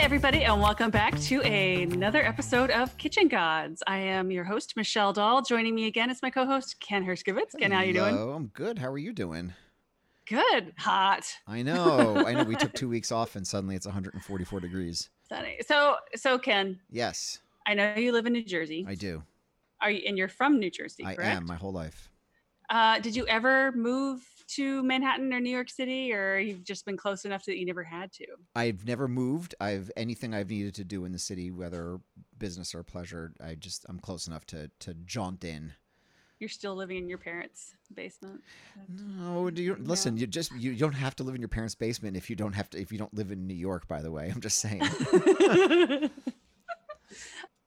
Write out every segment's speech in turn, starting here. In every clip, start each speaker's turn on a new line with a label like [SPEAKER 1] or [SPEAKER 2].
[SPEAKER 1] everybody, and welcome back to another episode of Kitchen Gods. I am your host, Michelle Dahl. Joining me again is my co-host, Ken Hershkovitz. Ken, how you doing?
[SPEAKER 2] Hello, I'm good. How are you doing?
[SPEAKER 1] Good. Hot.
[SPEAKER 2] I know. I know. We took two weeks off, and suddenly it's 144 degrees.
[SPEAKER 1] Sunny. So, so Ken,
[SPEAKER 2] Yes,
[SPEAKER 1] I know you live in New Jersey.
[SPEAKER 2] I do.
[SPEAKER 1] Are you, and you're from New Jersey,
[SPEAKER 2] I
[SPEAKER 1] correct?
[SPEAKER 2] am my whole life.
[SPEAKER 1] Uh, did you ever move to Manhattan or New York City, or you've just been close enough that you never had to?
[SPEAKER 2] I've never moved. I've anything I've needed to do in the city, whether business or pleasure. I just I'm close enough to to jaunt in.
[SPEAKER 1] You're still living in your parents' basement.
[SPEAKER 2] No, do you, listen. You just you don't have to live in your parents' basement if you don't have to if you don't live in New York. By the way, I'm just saying.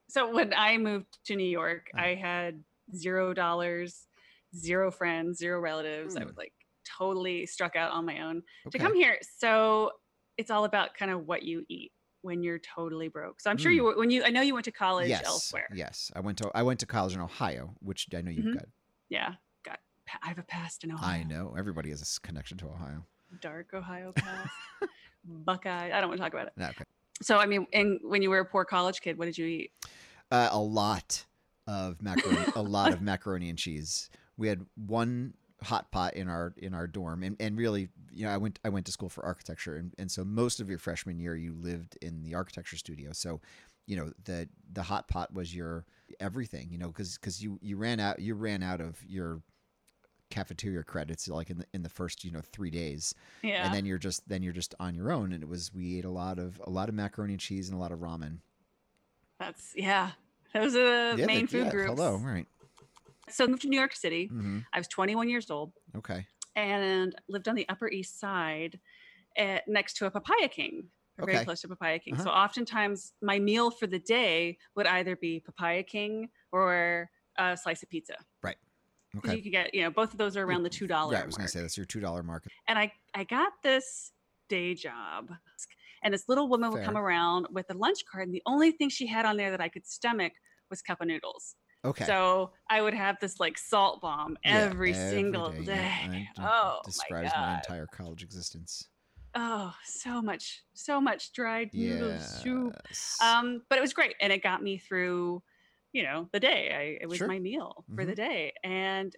[SPEAKER 1] so when I moved to New York, I
[SPEAKER 2] Mm.
[SPEAKER 1] had zero dollars, zero friends, zero relatives. I
[SPEAKER 2] Hmm.
[SPEAKER 1] was like totally struck out on my own to
[SPEAKER 2] Okay.
[SPEAKER 1] come here. So it's all about kind of what you eat when you're totally broke. So I'm sure you were, when you I know you went to college
[SPEAKER 2] Hmm. yes,
[SPEAKER 1] elsewhere.
[SPEAKER 2] yes. I went to I went to college in Ohio, which I know you've
[SPEAKER 1] Mhm.
[SPEAKER 2] got.
[SPEAKER 1] Yeah. Got pa- I have a past in Ohio.
[SPEAKER 2] I know everybody has a s- connection to Ohio.
[SPEAKER 1] Dark Ohio past. Buckeye. I don't want to talk about it.
[SPEAKER 2] No, okay.
[SPEAKER 1] So I mean, and when you were a poor college kid, what did you eat?
[SPEAKER 2] Uh, a lot of macaroni, a lot of macaroni and cheese. We had one hot pot in our in our dorm, and, and really, you know, I went I went to school for architecture, and, and so most of your freshman year you lived in the architecture studio. So, you know, the the hot pot was your everything, you know, because you you ran out you ran out of your cafeteria credits like in the in the first you know three days
[SPEAKER 1] Yeah.
[SPEAKER 2] and then you're just then you're just on your own and it was we ate a lot of a lot of macaroni and cheese and a lot of ramen
[SPEAKER 1] That's yeah. Those are the
[SPEAKER 2] Yeah,
[SPEAKER 1] main
[SPEAKER 2] they-
[SPEAKER 1] food
[SPEAKER 2] yeah,
[SPEAKER 1] groups.
[SPEAKER 2] hello right
[SPEAKER 1] So I moved to New York City.
[SPEAKER 2] hmm
[SPEAKER 1] I was 21 years old
[SPEAKER 2] Okay.
[SPEAKER 1] and lived on the Upper East Side, at, next to a Papaya King. or Very
[SPEAKER 2] Okay.
[SPEAKER 1] close to Papaya King.
[SPEAKER 2] Uh-huh.
[SPEAKER 1] So oftentimes my meal for the day would either be Papaya King or a slice of pizza. 'Cause
[SPEAKER 2] Okay.
[SPEAKER 1] You could get, you know, both of those are around the two dollar.
[SPEAKER 2] Right. I was going to say that's your two dollar market.
[SPEAKER 1] and I I got this day job. And this little woman would come
[SPEAKER 2] Fair.
[SPEAKER 1] around with a lunch cart, and the only thing she had on there that I could stomach was cup of noodles.
[SPEAKER 2] Okay.
[SPEAKER 1] So I would have this like salt bomb
[SPEAKER 2] Yeah,
[SPEAKER 1] every, single day.
[SPEAKER 2] yeah, I- d-
[SPEAKER 1] Oh my
[SPEAKER 2] describes my
[SPEAKER 1] god!
[SPEAKER 2] entire college existence.
[SPEAKER 1] Oh, so much, so much dried noodle soup.
[SPEAKER 2] Yes.
[SPEAKER 1] Um, but it was great, and it got me through, you know, the day. I, it was
[SPEAKER 2] Sure. Mm-hmm.
[SPEAKER 1] my meal for the day, and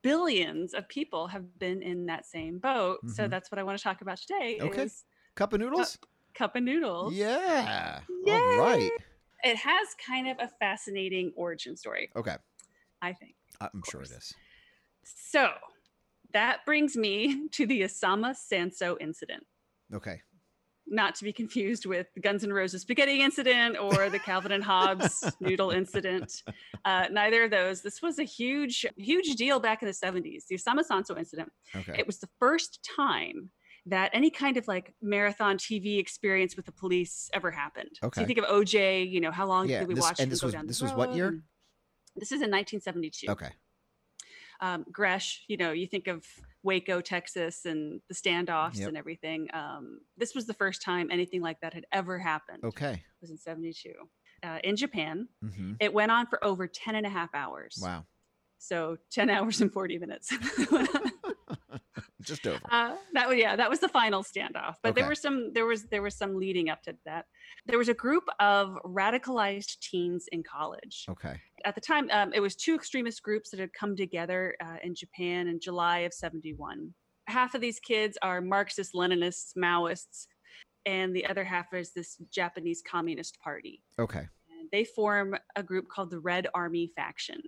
[SPEAKER 1] billions of people have been in that same boat. So
[SPEAKER 2] Mhm.
[SPEAKER 1] that's what I want to talk about today.
[SPEAKER 2] Okay.
[SPEAKER 1] Is
[SPEAKER 2] Cup of noodles.
[SPEAKER 1] cup of noodles.
[SPEAKER 2] Yeah. All right.
[SPEAKER 1] It has kind of a fascinating origin story,
[SPEAKER 2] Okay.
[SPEAKER 1] I think.
[SPEAKER 2] I- I'm sure it
[SPEAKER 1] course.
[SPEAKER 2] is.
[SPEAKER 1] So that brings me to the Osama Sanso incident,
[SPEAKER 2] Okay.
[SPEAKER 1] not to be confused with the Guns N' Roses spaghetti incident or the Calvin and Hobbes noodle incident. Uh, neither of those. This was a huge, huge deal back in the 70s. The Osama Sanso incident.
[SPEAKER 2] Okay.
[SPEAKER 1] It was the first time that any kind of like marathon TV experience with the police ever happened. So
[SPEAKER 2] Okay.
[SPEAKER 1] you think of OJ, you know, how long
[SPEAKER 2] Yeah,
[SPEAKER 1] did we
[SPEAKER 2] this-
[SPEAKER 1] watch
[SPEAKER 2] and
[SPEAKER 1] him
[SPEAKER 2] this
[SPEAKER 1] go
[SPEAKER 2] was-
[SPEAKER 1] down the
[SPEAKER 2] this was what year?
[SPEAKER 1] road? This is in 1972.
[SPEAKER 2] okay.
[SPEAKER 1] Um, Gresh, you know, you think of Waco, Texas, and the standoffs
[SPEAKER 2] Yep.
[SPEAKER 1] and everything. Um, this was the first time anything like that had ever happened.
[SPEAKER 2] Okay.
[SPEAKER 1] It was in 72. Uh, in Japan,
[SPEAKER 2] hmm
[SPEAKER 1] it went on for over 10 and a half hours.
[SPEAKER 2] Wow.
[SPEAKER 1] So 10 hours and 40 minutes.
[SPEAKER 2] Just over.
[SPEAKER 1] Uh, that was yeah, that was the final standoff. But there
[SPEAKER 2] Okay.
[SPEAKER 1] were some there was there was some leading up to that. There was a group of radicalized teens in college
[SPEAKER 2] okay.
[SPEAKER 1] at the time. Um, it was two extremist groups that had come together uh, in Japan in July of '71. Half of these kids are Marxist Leninists, Maoists, and the other half is this Japanese Communist Party
[SPEAKER 2] Okay.
[SPEAKER 1] and they form a group called the Red Army faction.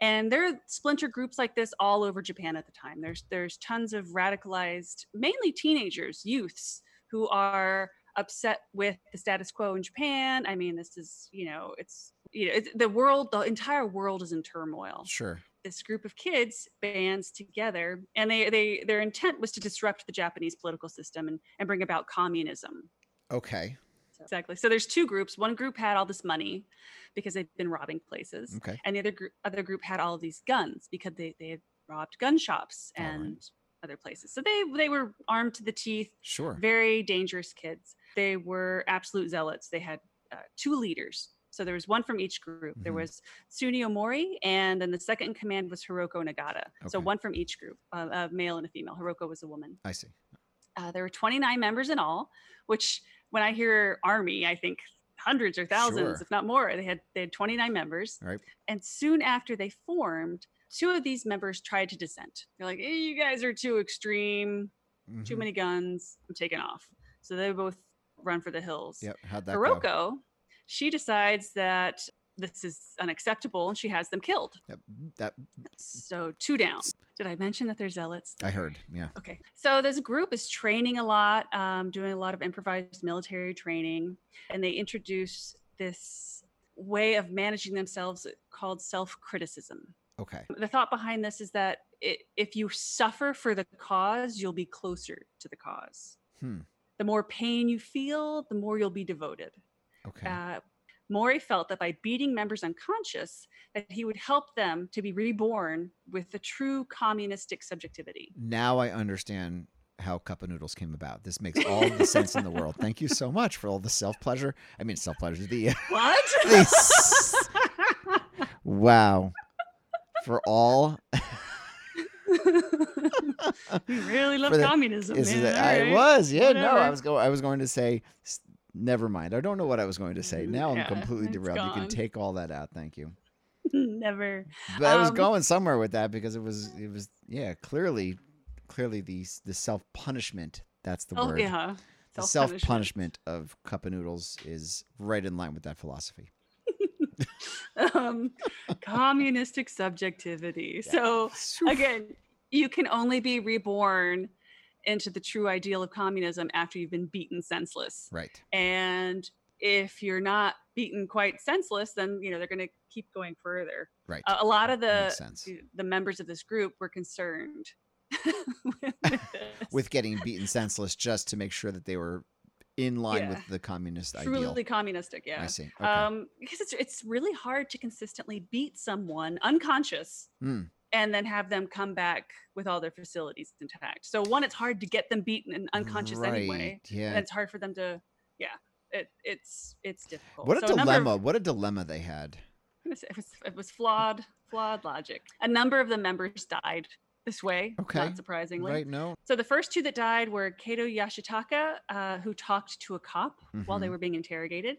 [SPEAKER 1] And there are splinter groups like this all over Japan at the time. There's there's tons of radicalized, mainly teenagers, youths who are upset with the status quo in Japan. I mean, this is you know, it's you know, it's, the world, the entire world is in turmoil
[SPEAKER 2] Sure.
[SPEAKER 1] this group of kids bands together and they, they their intent was to disrupt the japanese political system and, and bring about communism
[SPEAKER 2] Okay.
[SPEAKER 1] So- exactly so there's two groups one group had all this money because they'd been robbing places
[SPEAKER 2] Okay.
[SPEAKER 1] and the other group other group had all of these guns because they, they had robbed gun shops
[SPEAKER 2] All right.
[SPEAKER 1] and other places so they they were armed to the teeth
[SPEAKER 2] Sure.
[SPEAKER 1] very dangerous kids they were absolute zealots they had uh, two leaders so there was one from each group there
[SPEAKER 2] Mhm.
[SPEAKER 1] was sunio mori and then the second in command was hiroko nagata so
[SPEAKER 2] Okay.
[SPEAKER 1] one from each group uh, a male and a female hiroko was a woman
[SPEAKER 2] I see.
[SPEAKER 1] uh, there were 29 members in all which when I hear army, I think hundreds or thousands,
[SPEAKER 2] Sure.
[SPEAKER 1] if not more. They had they had 29 members.
[SPEAKER 2] Right.
[SPEAKER 1] And soon after they formed, two of these members tried to dissent. They're like, "Eh, you guys are too extreme, too
[SPEAKER 2] Mhm.
[SPEAKER 1] many guns. I'm taking off. So they both run for the hills.
[SPEAKER 2] Yep. How'd that
[SPEAKER 1] Hiroko,
[SPEAKER 2] go?
[SPEAKER 1] she decides that this is unacceptable and she has them killed.
[SPEAKER 2] Yep, That
[SPEAKER 1] So two down. Did I mention that they're zealots?
[SPEAKER 2] I heard. Yeah.
[SPEAKER 1] Okay. So this group is training a lot, um, doing a lot of improvised military training, and they introduce this way of managing themselves called self criticism.
[SPEAKER 2] Okay.
[SPEAKER 1] The thought behind this is that it, if you suffer for the cause, you'll be closer to the cause.
[SPEAKER 2] Hmm.
[SPEAKER 1] The more pain you feel, the more you'll be devoted.
[SPEAKER 2] Okay.
[SPEAKER 1] Uh, Maury felt that by beating members unconscious, that he would help them to be reborn with the true communistic subjectivity.
[SPEAKER 2] now I understand how cup of noodles came about. This makes all the sense in the world. Thank you so much for all the self pleasure. I mean, self pleasure. The
[SPEAKER 1] What?
[SPEAKER 2] This- wow for all.
[SPEAKER 1] we really love
[SPEAKER 2] For the-
[SPEAKER 1] communism.
[SPEAKER 2] This is
[SPEAKER 1] man.
[SPEAKER 2] I
[SPEAKER 1] All right.
[SPEAKER 2] was yeah no I
[SPEAKER 1] Whatever.
[SPEAKER 2] was going I was going to say s- never mind I don't know what I was going to say now I'm
[SPEAKER 1] Yeah,
[SPEAKER 2] completely
[SPEAKER 1] it's
[SPEAKER 2] derailed you can
[SPEAKER 1] gone.
[SPEAKER 2] take all that out thank you
[SPEAKER 1] Never.
[SPEAKER 2] but I was
[SPEAKER 1] Um,
[SPEAKER 2] going somewhere with that because it was it was yeah clearly clearly the s- the self punishment that's the
[SPEAKER 1] Oh,
[SPEAKER 2] word
[SPEAKER 1] yeah.
[SPEAKER 2] the self
[SPEAKER 1] Self-punishment.
[SPEAKER 2] punishment of cup of noodles is right in line with that philosophy.
[SPEAKER 1] Um, communistic subjectivity.
[SPEAKER 2] Yeah.
[SPEAKER 1] So, again, you can only be reborn into the true ideal of communism after you've been beaten senseless.
[SPEAKER 2] right.
[SPEAKER 1] And if you're not beaten quite senseless, then you know they're going to keep going further.
[SPEAKER 2] Right.
[SPEAKER 1] A, a lot of
[SPEAKER 2] That
[SPEAKER 1] the
[SPEAKER 2] makes sense.
[SPEAKER 1] the members of this group were concerned with, this.
[SPEAKER 2] With getting beaten senseless just to make sure that they were in line
[SPEAKER 1] Yeah.
[SPEAKER 2] with the communist
[SPEAKER 1] truly
[SPEAKER 2] ideal.
[SPEAKER 1] communistic, yeah.
[SPEAKER 2] I see. Okay.
[SPEAKER 1] Um, because it's it's really hard to consistently beat someone unconscious
[SPEAKER 2] Mm.
[SPEAKER 1] and then have them come back with all their facilities intact. So one, it's hard to get them beaten and unconscious anyway,
[SPEAKER 2] Right, Yeah.
[SPEAKER 1] and it's hard for them to, yeah. It, it's it's difficult.
[SPEAKER 2] what a
[SPEAKER 1] So number of-
[SPEAKER 2] dilemma. What a dilemma they had.
[SPEAKER 1] It was, it was it was flawed flawed logic. A number of the members died this way,
[SPEAKER 2] Okay,
[SPEAKER 1] not surprisingly.
[SPEAKER 2] Right? No.
[SPEAKER 1] So the first two that died were Kato Yashitaka, uh, who talked to a cop while they
[SPEAKER 2] Mhm.
[SPEAKER 1] were being interrogated,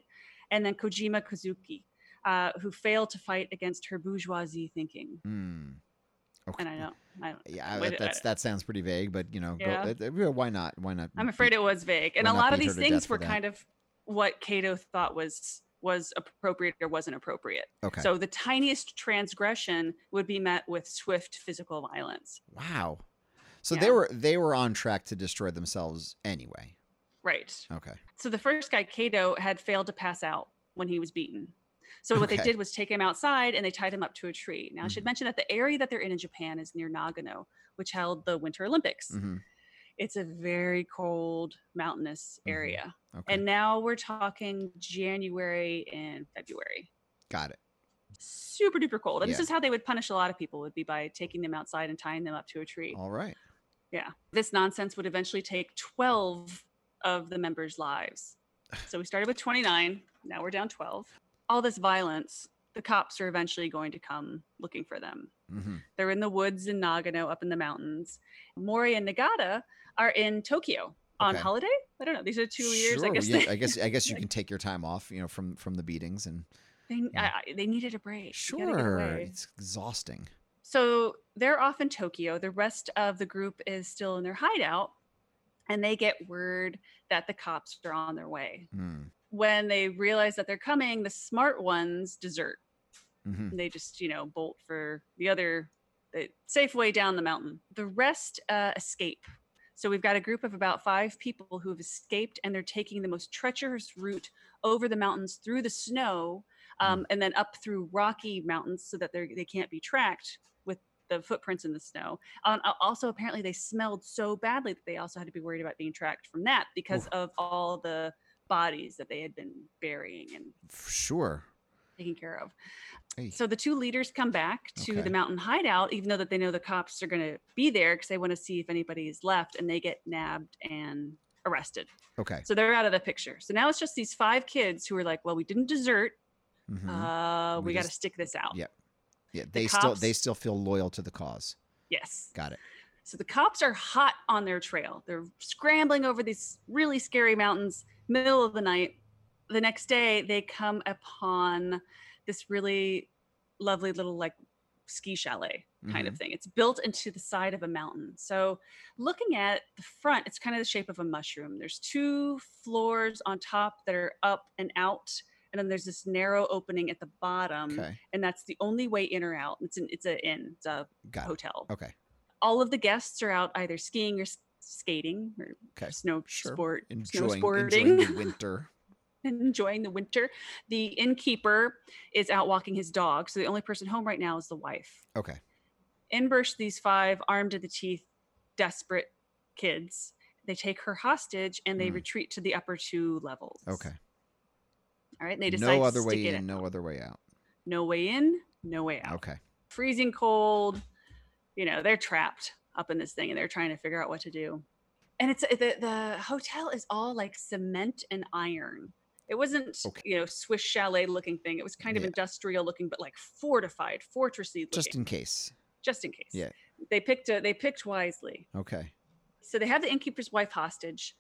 [SPEAKER 1] and then Kojima Kazuki, uh, who failed to fight against her bourgeoisie thinking.
[SPEAKER 2] Hmm. Okay.
[SPEAKER 1] And I don't, I don't.
[SPEAKER 2] Yeah, I-
[SPEAKER 1] Wait,
[SPEAKER 2] that, that's that sounds pretty vague, but you know,
[SPEAKER 1] Yeah.
[SPEAKER 2] go, uh, uh, why not? Why not?
[SPEAKER 1] I'm afraid it was vague, and
[SPEAKER 2] Why
[SPEAKER 1] a
[SPEAKER 2] not
[SPEAKER 1] lot of
[SPEAKER 2] beat her
[SPEAKER 1] these
[SPEAKER 2] to death
[SPEAKER 1] things
[SPEAKER 2] for
[SPEAKER 1] were
[SPEAKER 2] that?
[SPEAKER 1] kind of what Kato thought was was appropriate or wasn't appropriate.
[SPEAKER 2] Okay.
[SPEAKER 1] So the tiniest transgression would be met with swift physical violence.
[SPEAKER 2] wow. So
[SPEAKER 1] Yeah.
[SPEAKER 2] they were they were on track to destroy themselves anyway.
[SPEAKER 1] Right.
[SPEAKER 2] Okay.
[SPEAKER 1] So the first guy, Cato, had failed to pass out when he was beaten. So what they
[SPEAKER 2] Okay.
[SPEAKER 1] did was take him outside and they tied him up to a tree. Now I should
[SPEAKER 2] Mhm.
[SPEAKER 1] mention that the area that they're in in Japan is near Nagano, which held the Winter Olympics.
[SPEAKER 2] hmm
[SPEAKER 1] It's a very cold, mountainous
[SPEAKER 2] Mhm.
[SPEAKER 1] area.
[SPEAKER 2] Okay.
[SPEAKER 1] And now we're talking January and February.
[SPEAKER 2] Got it.
[SPEAKER 1] Super duper cold. And this
[SPEAKER 2] Yeah.
[SPEAKER 1] is how they would punish a lot of people would be by taking them outside and tying them up to a tree.
[SPEAKER 2] All right.
[SPEAKER 1] Yeah. This nonsense would eventually take 12 of the members' lives. So we started with 29. Now we're down 12. All this violence, the cops are eventually going to come looking for them.
[SPEAKER 2] hmm
[SPEAKER 1] They're in the woods in Nagano, up in the mountains. Mori and Nagata are in Tokyo on
[SPEAKER 2] Okay.
[SPEAKER 1] holiday. I don't know. These are two years. I
[SPEAKER 2] Sure,
[SPEAKER 1] guess,
[SPEAKER 2] yeah,
[SPEAKER 1] they,
[SPEAKER 2] I guess. I guess you
[SPEAKER 1] like-
[SPEAKER 2] can take your time off, you know, from from the beatings and
[SPEAKER 1] they, I, I- they needed a break. You gotta get
[SPEAKER 2] sure,
[SPEAKER 1] away.
[SPEAKER 2] it's exhausting.
[SPEAKER 1] So they're off in Tokyo. The rest of the group is still in their hideout, and they get word that the cops are on their way.
[SPEAKER 2] Mm.
[SPEAKER 1] When they realize that they're coming, the smart ones desert.
[SPEAKER 2] hmm
[SPEAKER 1] They just, you know, bolt for the other the safe way down the mountain. The rest uh, escape. So we've got a group of about five people who have escaped, and they're taking the most treacherous route over the mountains through the snow, um, and then up through rocky mountains so that they they can't be tracked with the footprints in the snow. Um, a- also, apparently, they smelled so badly that they also had to be worried about being tracked from that because
[SPEAKER 2] Oof.
[SPEAKER 1] of all the bodies that they had been burying and
[SPEAKER 2] Sure.
[SPEAKER 1] taking care of.
[SPEAKER 2] Hey.
[SPEAKER 1] So the two leaders come back to
[SPEAKER 2] Okay.
[SPEAKER 1] the mountain hideout, even though that they know the cops are going to be there because they want to see if anybody's left, and they get nabbed and arrested.
[SPEAKER 2] Okay.
[SPEAKER 1] So they're out of the picture. So now it's just these five kids who are like, "Well, we didn't desert.
[SPEAKER 2] hmm
[SPEAKER 1] Uh, we,
[SPEAKER 2] We
[SPEAKER 1] got to
[SPEAKER 2] just-
[SPEAKER 1] stick this out."
[SPEAKER 2] yeah. yeah. They still they
[SPEAKER 1] cops-
[SPEAKER 2] still feel loyal to the cause.
[SPEAKER 1] Yes.
[SPEAKER 2] Got it.
[SPEAKER 1] So the cops are hot on their trail. They're scrambling over these really scary mountains. middle of the night. The next day, they come upon this really lovely little like ski chalet kind
[SPEAKER 2] Mm-hmm.
[SPEAKER 1] of thing. It's built into the side of a mountain. So, looking at the front, it's kind of the shape of a mushroom. There's two floors on top that are up and out, and then there's this narrow opening at the bottom,
[SPEAKER 2] Okay.
[SPEAKER 1] and that's the only way in or out. It's an it's an inn, it's a
[SPEAKER 2] Got it.
[SPEAKER 1] hotel.
[SPEAKER 2] Okay.
[SPEAKER 1] All of the guests are out either skiing or s- skating or
[SPEAKER 2] Okay.
[SPEAKER 1] snow
[SPEAKER 2] Sure.
[SPEAKER 1] sport, snow
[SPEAKER 2] Enjoying,
[SPEAKER 1] sporting
[SPEAKER 2] enjoying the winter.
[SPEAKER 1] enjoying the winter. The innkeeper is out walking his dog. So the only person home right now is the wife.
[SPEAKER 2] Okay.
[SPEAKER 1] In burst these five armed to the teeth, desperate kids. They take her hostage and they
[SPEAKER 2] Mm.
[SPEAKER 1] retreat to the upper two levels.
[SPEAKER 2] Okay.
[SPEAKER 1] All right. and They decide
[SPEAKER 2] No other
[SPEAKER 1] to
[SPEAKER 2] way
[SPEAKER 1] stick it
[SPEAKER 2] in, no other way out.
[SPEAKER 1] no way in, no way out.
[SPEAKER 2] Okay.
[SPEAKER 1] Freezing cold. You know, they're trapped up in this thing and they're trying to figure out what to do. And it's the, the hotel is all like cement and iron. It wasn't,
[SPEAKER 2] Okay.
[SPEAKER 1] you know, Swiss chalet looking thing. It was kind of
[SPEAKER 2] Yeah.
[SPEAKER 1] industrial looking, but like fortified, fortressy looking,
[SPEAKER 2] Just in case.
[SPEAKER 1] just in case.
[SPEAKER 2] Yeah.
[SPEAKER 1] They picked a, they picked wisely.
[SPEAKER 2] Okay.
[SPEAKER 1] So they have the innkeeper's wife hostage.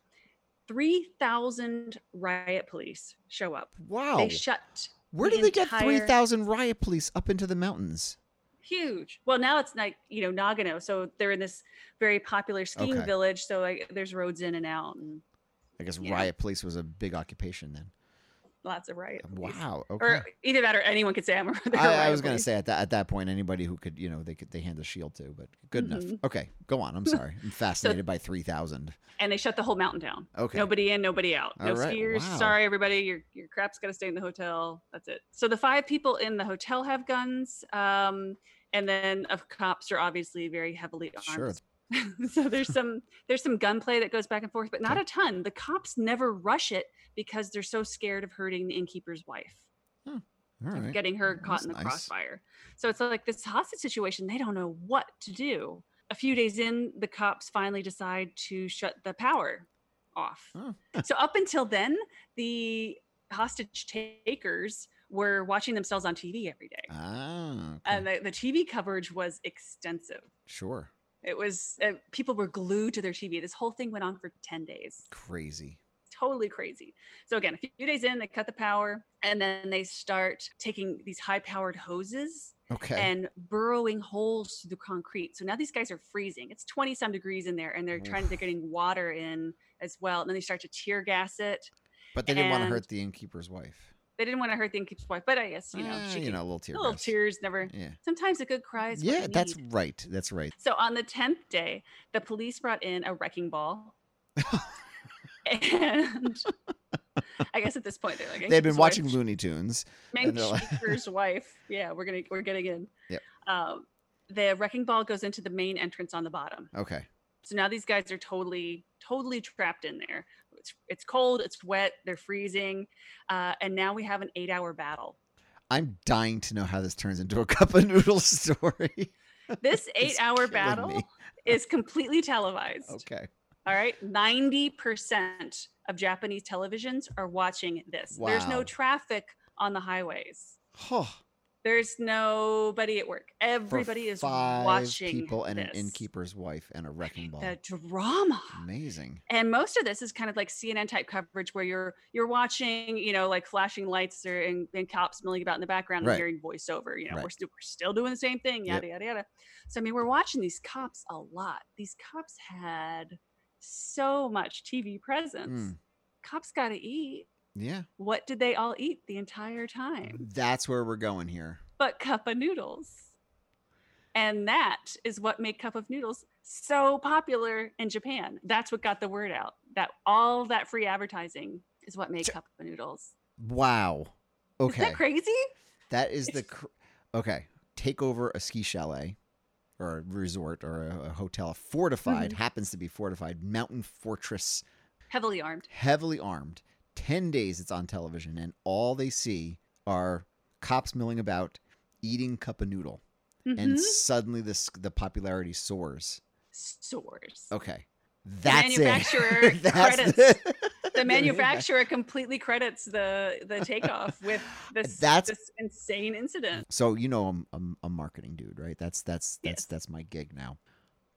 [SPEAKER 1] 3,000 riot police show up.
[SPEAKER 2] Wow.
[SPEAKER 1] They shut
[SPEAKER 2] Where
[SPEAKER 1] the
[SPEAKER 2] did they get
[SPEAKER 1] entire-
[SPEAKER 2] 3,000 riot police up into the mountains?
[SPEAKER 1] huge. Well, now it's like, you know, Nagano. So they're in this very popular skiing
[SPEAKER 2] Okay.
[SPEAKER 1] village. So like there's roads in and out and
[SPEAKER 2] I guess
[SPEAKER 1] Yeah.
[SPEAKER 2] riot police was a big occupation then.
[SPEAKER 1] lots of riot. police.
[SPEAKER 2] Wow. Okay.
[SPEAKER 1] Or either that or anyone could say I'm a they're a
[SPEAKER 2] I, I
[SPEAKER 1] riot
[SPEAKER 2] was going to
[SPEAKER 1] police.
[SPEAKER 2] say at that at that point anybody who could you know they could they hand the shield to, but good enough.
[SPEAKER 1] Mhm.
[SPEAKER 2] Okay, go on. I'm sorry. I'm fascinated by three thousand.
[SPEAKER 1] And they shut the whole mountain down.
[SPEAKER 2] Okay.
[SPEAKER 1] Nobody in, nobody out. No
[SPEAKER 2] All right,
[SPEAKER 1] skiers.
[SPEAKER 2] wow.
[SPEAKER 1] Sorry, everybody. Your your crap's gonna stay in the hotel. That's it. So the five people in the hotel have guns. Um, and then of cops are obviously very heavily
[SPEAKER 2] Sure.
[SPEAKER 1] armed. so there's some there's some gunplay that goes back and forth, but not a ton. The cops never rush it because they're so scared of hurting the innkeeper's wife,
[SPEAKER 2] All
[SPEAKER 1] of
[SPEAKER 2] right.
[SPEAKER 1] getting her
[SPEAKER 2] Well,
[SPEAKER 1] caught
[SPEAKER 2] that's
[SPEAKER 1] in the
[SPEAKER 2] nice.
[SPEAKER 1] crossfire. So it's like this hostage situation. They don't know what to do. A few days in, the cops finally decide to shut the power off
[SPEAKER 2] Oh,
[SPEAKER 1] so up until then, the hostage takers were watching themselves on TV every day,
[SPEAKER 2] Ah. okay.
[SPEAKER 1] and the, the TV coverage was extensive.
[SPEAKER 2] sure.
[SPEAKER 1] It was uh, people were glued to their TV. This whole thing went on for ten days.
[SPEAKER 2] Crazy.
[SPEAKER 1] Totally crazy. So again, a few days in, they cut the power, and then they start taking these high-powered hoses
[SPEAKER 2] Okay.
[SPEAKER 1] and burrowing holes through the concrete. So now these guys are freezing. It's 20 some degrees in there, and they're trying. They're getting water in as well, and then they start to tear gas it.
[SPEAKER 2] but they didn't want to
[SPEAKER 1] and-
[SPEAKER 2] hurt the innkeeper's wife.
[SPEAKER 1] they didn't want to hurt the innkeeper's wife, but I guess you know,
[SPEAKER 2] Ah,
[SPEAKER 1] she
[SPEAKER 2] you
[SPEAKER 1] could-
[SPEAKER 2] know, a little tear.
[SPEAKER 1] little
[SPEAKER 2] gas.
[SPEAKER 1] tears never.
[SPEAKER 2] Yeah.
[SPEAKER 1] Sometimes a good cry is what
[SPEAKER 2] Yeah,
[SPEAKER 1] you
[SPEAKER 2] that's
[SPEAKER 1] need.
[SPEAKER 2] right. That's right.
[SPEAKER 1] So on the tenth day, the police brought in a wrecking ball, and I guess at this point they're like
[SPEAKER 2] They've been
[SPEAKER 1] "Innkeeper's
[SPEAKER 2] watching
[SPEAKER 1] wife,
[SPEAKER 2] Looney Tunes. and they're like-
[SPEAKER 1] Mankeeper's wife. Yeah, we're gonna we're getting in.
[SPEAKER 2] Yep.
[SPEAKER 1] Um, the wrecking ball goes into the main entrance on the bottom.
[SPEAKER 2] Okay.
[SPEAKER 1] So now these guys are totally, totally trapped in there. It's, it's cold, it's wet, they're freezing, uh, and now we have an eight-hour battle.
[SPEAKER 2] I'm dying to know how this turns into a cup of noodle story.
[SPEAKER 1] This
[SPEAKER 2] It's
[SPEAKER 1] eight hour
[SPEAKER 2] killing
[SPEAKER 1] battle
[SPEAKER 2] me.
[SPEAKER 1] is completely televised.
[SPEAKER 2] Okay.
[SPEAKER 1] All right. 90% of Japanese televisions are watching this. There's
[SPEAKER 2] Wow.
[SPEAKER 1] no traffic on the highways,
[SPEAKER 2] Huh.
[SPEAKER 1] there's nobody at work.
[SPEAKER 2] For
[SPEAKER 1] Everybody is
[SPEAKER 2] five
[SPEAKER 1] watching.
[SPEAKER 2] people and an
[SPEAKER 1] this.
[SPEAKER 2] innkeeper's wife and a wrecking ball.
[SPEAKER 1] The drama.
[SPEAKER 2] Amazing.
[SPEAKER 1] And most of this is kind of like CNN type coverage where you're you're watching, you know, like flashing lights or and, and cops milling about in the background
[SPEAKER 2] Right.
[SPEAKER 1] and hearing voiceover. You know,
[SPEAKER 2] Right.
[SPEAKER 1] we're, st- we're still doing the same thing,
[SPEAKER 2] Yep.
[SPEAKER 1] yada yada yada. So I mean, we're watching these cops a lot. These cops had so much TV presence.
[SPEAKER 2] Mm.
[SPEAKER 1] Cops got to eat.
[SPEAKER 2] Yeah.
[SPEAKER 1] What did they all eat the entire time?
[SPEAKER 2] That's where we're going here.
[SPEAKER 1] But cup of noodles. And that is what made cup of noodles so popular in Japan. That's what got the word out. That all that free advertising is what made
[SPEAKER 2] Ch-
[SPEAKER 1] cup of noodles.
[SPEAKER 2] Wow.
[SPEAKER 1] Is
[SPEAKER 2] Okay.
[SPEAKER 1] that crazy?
[SPEAKER 2] that is the
[SPEAKER 1] It's-
[SPEAKER 2] cr- Okay. Take over a ski chalet or a resort or a, a hotel, a fortified,
[SPEAKER 1] Mm-hmm.
[SPEAKER 2] happens to be fortified, mountain fortress,
[SPEAKER 1] Heavily armed.
[SPEAKER 2] heavily armed. 10 days it's on television and all they see are cops milling about eating cup of noodle
[SPEAKER 1] Mhm.
[SPEAKER 2] and suddenly this the popularity soars.
[SPEAKER 1] Soars.
[SPEAKER 2] Okay. Oh, That's
[SPEAKER 1] manufacturer
[SPEAKER 2] it. That's
[SPEAKER 1] credits
[SPEAKER 2] the-
[SPEAKER 1] The manufacturer completely credits the the takeoff with this,
[SPEAKER 2] That's-
[SPEAKER 1] this insane incident.
[SPEAKER 2] So you know I'm I'm a marketing dude, right? That's that's that's
[SPEAKER 1] Yes.
[SPEAKER 2] that's my gig now.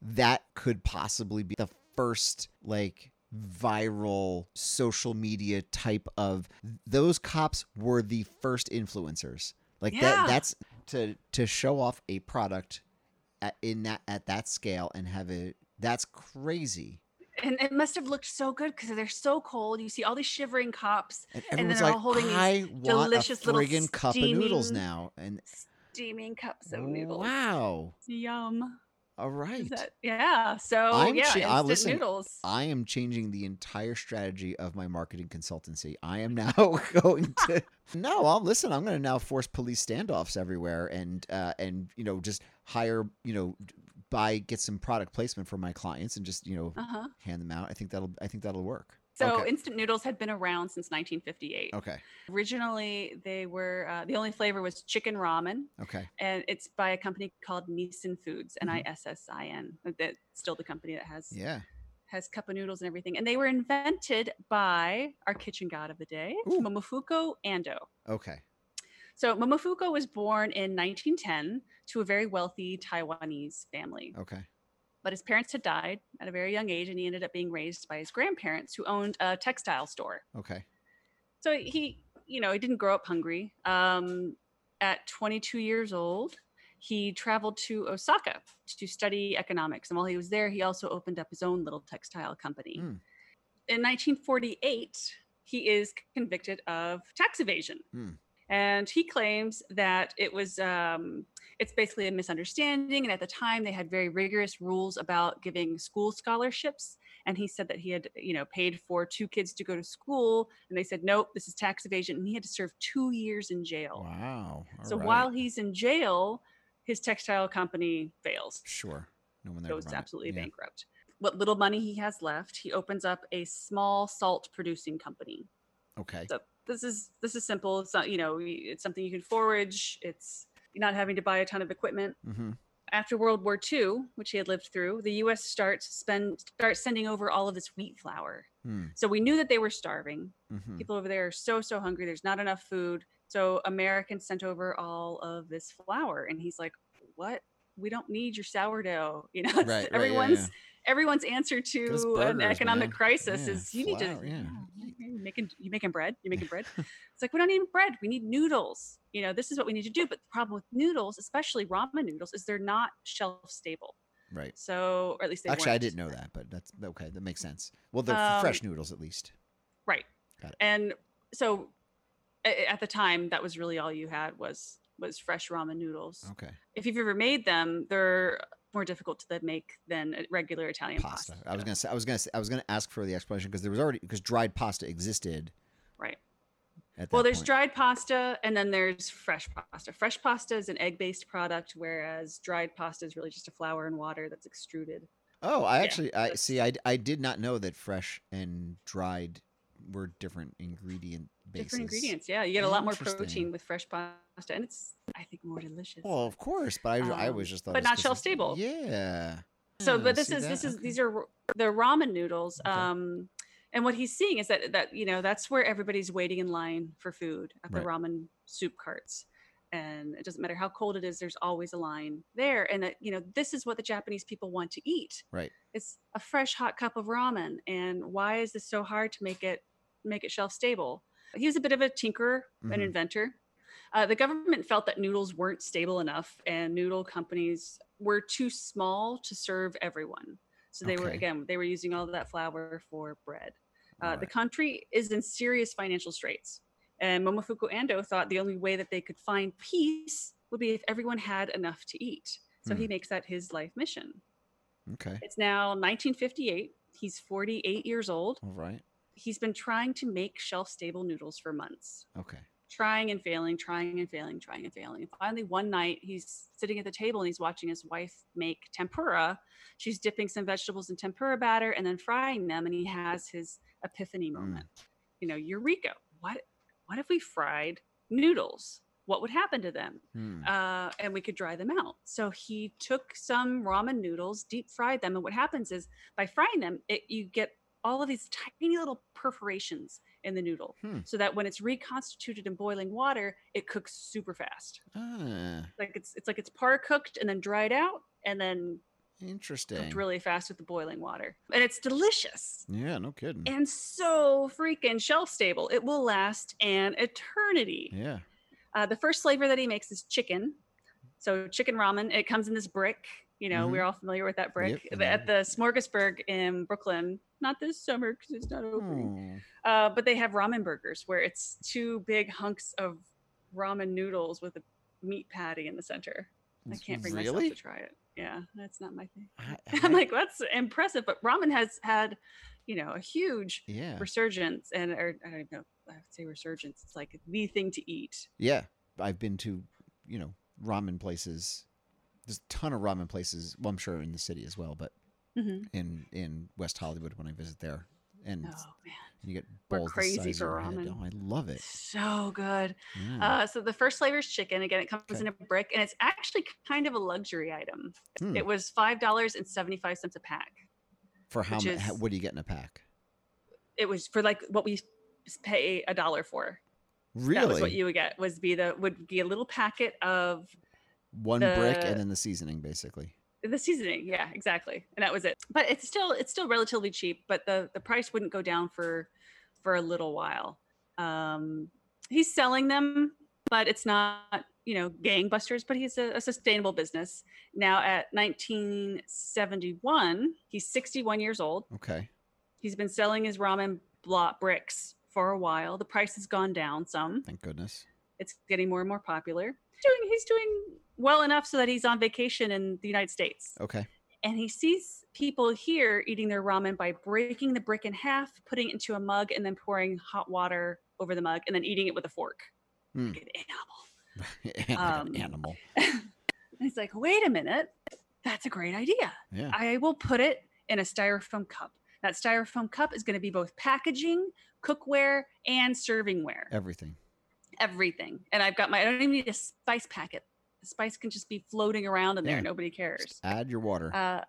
[SPEAKER 2] That could possibly be the first like viral social media type of those cops were the first influencers. Like
[SPEAKER 1] Yeah.
[SPEAKER 2] that that's to to show off a product at, in that at that scale and have it that's crazy.
[SPEAKER 1] And it must have looked so good because they're so cold. You see all these shivering cops
[SPEAKER 2] And
[SPEAKER 1] And
[SPEAKER 2] everyone's
[SPEAKER 1] they're all
[SPEAKER 2] like,
[SPEAKER 1] holding these
[SPEAKER 2] I want
[SPEAKER 1] delicious
[SPEAKER 2] a
[SPEAKER 1] little
[SPEAKER 2] friggin' cup of noodles
[SPEAKER 1] steaming-
[SPEAKER 2] now. And
[SPEAKER 1] steaming cups of noodles.
[SPEAKER 2] wow,
[SPEAKER 1] Yum.
[SPEAKER 2] all
[SPEAKER 1] Is
[SPEAKER 2] right.
[SPEAKER 1] that- yeah. So
[SPEAKER 2] I'm
[SPEAKER 1] yeah,
[SPEAKER 2] chi- I-
[SPEAKER 1] instant
[SPEAKER 2] listen,
[SPEAKER 1] noodles.
[SPEAKER 2] I am changing the entire strategy of my marketing consultancy. I am now going to no. I'll listen. I'm going to now force police standoffs everywhere, and uh, and you know just hire you know buy get some product placement for my clients and just you know
[SPEAKER 1] Uh huh.
[SPEAKER 2] hand them out. I think that'll I think that'll work.
[SPEAKER 1] So
[SPEAKER 2] okay.
[SPEAKER 1] instant noodles had been around since 1958.
[SPEAKER 2] okay,
[SPEAKER 1] Originally, they were uh, the only flavor was chicken ramen,
[SPEAKER 2] okay,
[SPEAKER 1] and it's by a company called Nissin Foods, N I S S I N. That's still the company that has
[SPEAKER 2] Mm-hmm. yeah.
[SPEAKER 1] has cup of noodles and everything. And they were invented by our kitchen god of the day,
[SPEAKER 2] Ooh.
[SPEAKER 1] Momofuku Ando.
[SPEAKER 2] Okay.
[SPEAKER 1] So Momofuku was born in 1910 to a very wealthy Taiwanese family,
[SPEAKER 2] Okay.
[SPEAKER 1] but his parents had died at a very young age, and he ended up being raised by his grandparents, who owned a textile store.
[SPEAKER 2] Okay.
[SPEAKER 1] So he, you know, he didn't grow up hungry. Um, at 22 years old, he traveled to Osaka to study economics. And while he was there, he also opened up his own little textile company.
[SPEAKER 2] Mm.
[SPEAKER 1] In 1948, he is convicted of tax evasion.
[SPEAKER 2] Mm.
[SPEAKER 1] And he claims that it was, um, it's basically a misunderstanding. And at the time, they had very rigorous rules about giving school scholarships and he said that he had you know paid for two kids to go to school and they said nope this is tax evasion and he had to serve two years in jail
[SPEAKER 2] Wow. All
[SPEAKER 1] Oh. so
[SPEAKER 2] right.
[SPEAKER 1] while he's in jail his textile company fails
[SPEAKER 2] sure, no one there to
[SPEAKER 1] goes
[SPEAKER 2] run it.
[SPEAKER 1] absolutely
[SPEAKER 2] Yeah.
[SPEAKER 1] bankrupt what little money he has left he opens up a small salt producing company
[SPEAKER 2] Okay.
[SPEAKER 1] so this is this is simple it's not you know y- it's something you can forage it's you're not having to buy a ton of equipment
[SPEAKER 2] Mm-hmm.
[SPEAKER 1] after World War II, which he had lived through, the U.S. starts spend starts sending over all of its wheat flour
[SPEAKER 2] Mm-hmm.
[SPEAKER 1] so we knew that they were starving.
[SPEAKER 2] Mm-hmm.
[SPEAKER 1] People over there are so, so hungry. There's not enough food. So Americans sent over all of this flour. And he's like, What? We don't need your sourdough. You know, it's-
[SPEAKER 2] Right.
[SPEAKER 1] everyone's
[SPEAKER 2] Right, yeah, yeah.
[SPEAKER 1] everyone's answer
[SPEAKER 2] us
[SPEAKER 1] to an
[SPEAKER 2] burgers,
[SPEAKER 1] economic
[SPEAKER 2] man.
[SPEAKER 1] crisis
[SPEAKER 2] Yeah,
[SPEAKER 1] is you need
[SPEAKER 2] flour,
[SPEAKER 1] to
[SPEAKER 2] yeah.
[SPEAKER 1] you're making you making bread. You're making bread. It's like we don't need bread. We need noodles. You know, this is what we need to do. But the problem with noodles, especially ramen noodles, is they're not shelf stable.
[SPEAKER 2] Right.
[SPEAKER 1] So or at least they
[SPEAKER 2] Actually, I
[SPEAKER 1] weren't.
[SPEAKER 2] didn't know that, but that's okay. That makes sense. Well, they're f-
[SPEAKER 1] Um,
[SPEAKER 2] fresh noodles at least.
[SPEAKER 1] Right.
[SPEAKER 2] Got it.
[SPEAKER 1] And so a- at the time that was really all you had was was fresh ramen noodles.
[SPEAKER 2] Okay.
[SPEAKER 1] If you've ever made them, they're more difficult to then make than a regular Italian
[SPEAKER 2] Pasta.
[SPEAKER 1] pasta.
[SPEAKER 2] I was gonna say. I was gonna. Say, I was gonna ask for the explanation because there was already because dried pasta existed
[SPEAKER 1] Right.
[SPEAKER 2] at that
[SPEAKER 1] Well, there's
[SPEAKER 2] point.
[SPEAKER 1] dried pasta and then there's fresh pasta. Fresh pasta is an egg-based product whereas dried pasta is really just a flour and water that's extruded.
[SPEAKER 2] oh, I
[SPEAKER 1] yeah,
[SPEAKER 2] actually. I
[SPEAKER 1] that's-
[SPEAKER 2] see. I I did not know that fresh and dried were different ingredient bases.
[SPEAKER 1] Different ingredients. Yeah, you get a lot more
[SPEAKER 2] Interesting.
[SPEAKER 1] protein with fresh pasta and it's I think more delicious.
[SPEAKER 2] Well, of course, but I, I
[SPEAKER 1] Um,
[SPEAKER 2] was just thought.
[SPEAKER 1] but
[SPEAKER 2] it's
[SPEAKER 1] not
[SPEAKER 2] 'cause
[SPEAKER 1] shelf
[SPEAKER 2] it's-
[SPEAKER 1] stable.
[SPEAKER 2] Yeah.
[SPEAKER 1] so
[SPEAKER 2] Yeah,
[SPEAKER 1] but this
[SPEAKER 2] see
[SPEAKER 1] is
[SPEAKER 2] that?
[SPEAKER 1] this is
[SPEAKER 2] Okay.
[SPEAKER 1] these are r- the ramen noodles
[SPEAKER 2] Okay.
[SPEAKER 1] um and what he's seeing is that that you know that's where everybody's waiting in line for food at the
[SPEAKER 2] Right.
[SPEAKER 1] ramen soup carts and it doesn't matter how cold it is there's always a line there and that you know this is what the japanese people want to eat
[SPEAKER 2] Right.
[SPEAKER 1] it's a fresh hot cup of ramen and why is this so hard to make it make it shelf stable he was a bit of a tinkerer an
[SPEAKER 2] Mhm.
[SPEAKER 1] inventor uh, the government felt that noodles weren't stable enough and noodle companies were too small to serve everyone so they were
[SPEAKER 2] Okay.
[SPEAKER 1] again they were using all of that flour for bread uh, the
[SPEAKER 2] Right.
[SPEAKER 1] country is in serious financial straits and momofuku ando thought the only way that they could find peace would be if everyone had enough to eat so
[SPEAKER 2] Mm-hmm.
[SPEAKER 1] he makes that his life mission
[SPEAKER 2] Okay.
[SPEAKER 1] it's now 1958. He's 48 years old.
[SPEAKER 2] All right.
[SPEAKER 1] He's been trying to make shelf stable noodles for months,
[SPEAKER 2] Okay.
[SPEAKER 1] trying and failing, trying and failing, trying and failing. And finally, one night, he's sitting at the table and he's watching his wife make tempura. She's dipping some vegetables in tempura batter and then frying them. And he has his epiphany
[SPEAKER 2] Mm.
[SPEAKER 1] moment you know, Eureka. What, what if we fried noodles? What would happen to them?
[SPEAKER 2] Hmm.
[SPEAKER 1] uh, and we could dry them out. So he took some ramen noodles, deep fried them, and what happens is by frying them, it, you get all of these tiny little perforations in the noodle,
[SPEAKER 2] Hmm.
[SPEAKER 1] so that when it's reconstituted in boiling water, it cooks super fast.
[SPEAKER 2] Ah,
[SPEAKER 1] Uh, Like it's it's like it's par cooked and then dried out, and then
[SPEAKER 2] Interesting.
[SPEAKER 1] cooked really fast with the boiling water. And it's delicious
[SPEAKER 2] yeah, no kidding.
[SPEAKER 1] and so freaking shelf stable. It will last an eternity.
[SPEAKER 2] yeah.
[SPEAKER 1] Uh, the first flavor that he makes is chicken. So chicken ramen. It comes in this brick. You know, we're all familiar with that brick
[SPEAKER 2] Mm-hmm. Yep,
[SPEAKER 1] The-
[SPEAKER 2] I know.
[SPEAKER 1] at the Smorgasburg in Brooklyn. Not this summer because it's not open.
[SPEAKER 2] Hmm.
[SPEAKER 1] Uh, but they have ramen burgers where it's two big hunks of ramen noodles with a meat patty in the center. I can't bring myself
[SPEAKER 2] Really?
[SPEAKER 1] to try it. Yeah, that's not my thing.
[SPEAKER 2] I-
[SPEAKER 1] I'm
[SPEAKER 2] I-
[SPEAKER 1] like, that's impressive. But ramen has had, you know, a huge
[SPEAKER 2] yeah.
[SPEAKER 1] resurgence and or I don't even know. I would say resurgence. It's like the thing to eat.
[SPEAKER 2] Yeah. I've been to, you know, ramen places. There's a ton of ramen places. Well, I'm sure in the city as well, but
[SPEAKER 1] hmm
[SPEAKER 2] in in West Hollywood when I visit there, and
[SPEAKER 1] Oh man,
[SPEAKER 2] it's- you get
[SPEAKER 1] We're
[SPEAKER 2] bowls the
[SPEAKER 1] crazy
[SPEAKER 2] size of
[SPEAKER 1] for
[SPEAKER 2] your head.
[SPEAKER 1] ramen.
[SPEAKER 2] Oh, I love it.
[SPEAKER 1] so good.
[SPEAKER 2] Yeah.
[SPEAKER 1] Uh, so the first flavor is chicken. Again, it comes
[SPEAKER 2] Hmm. Okay.
[SPEAKER 1] in a brick, and it's actually kind of a luxury item.
[SPEAKER 2] Hmm.
[SPEAKER 1] It was five dollars and seventy five cents a pack.
[SPEAKER 2] for how
[SPEAKER 1] which
[SPEAKER 2] much?
[SPEAKER 1] is-
[SPEAKER 2] What do you get in a pack?
[SPEAKER 1] It was for like what we s- pay a dollar for.
[SPEAKER 2] Really?
[SPEAKER 1] That was what you would get. Was be the would be a little packet of
[SPEAKER 2] One brick
[SPEAKER 1] the-
[SPEAKER 2] and then the seasoning, basically.
[SPEAKER 1] the seasoning yeah exactly and that was it but it's still it's still relatively cheap but the the price wouldn't go down for for a little while um he's selling them but it's not you know gangbusters but he's a, a sustainable business now at 1971 he's 61 years old
[SPEAKER 2] Okay.
[SPEAKER 1] he's been selling his ramen block bricks for a while the price has gone down some
[SPEAKER 2] Thank goodness.
[SPEAKER 1] it's getting more and more popular doing he's doing well enough so that he's on vacation in the united states
[SPEAKER 2] Okay.
[SPEAKER 1] and he sees people here eating their ramen by breaking the brick in half, putting it into a mug, and then pouring hot water over the mug, and then eating it with a fork.
[SPEAKER 2] Hmm.
[SPEAKER 1] Like an animal.
[SPEAKER 2] Like an
[SPEAKER 1] Um,
[SPEAKER 2] animal.
[SPEAKER 1] And he's like, wait a minute, that's a great idea.
[SPEAKER 2] Yeah.
[SPEAKER 1] I will put it in a styrofoam cup. That styrofoam cup is going to be both packaging, cookware, and servingware,
[SPEAKER 2] Everything.
[SPEAKER 1] everything. And I've got my, I don't even need a spice packet. The spice can just be floating around in there.
[SPEAKER 2] Yeah.
[SPEAKER 1] Nobody cares.
[SPEAKER 2] Just add your water.
[SPEAKER 1] Uh,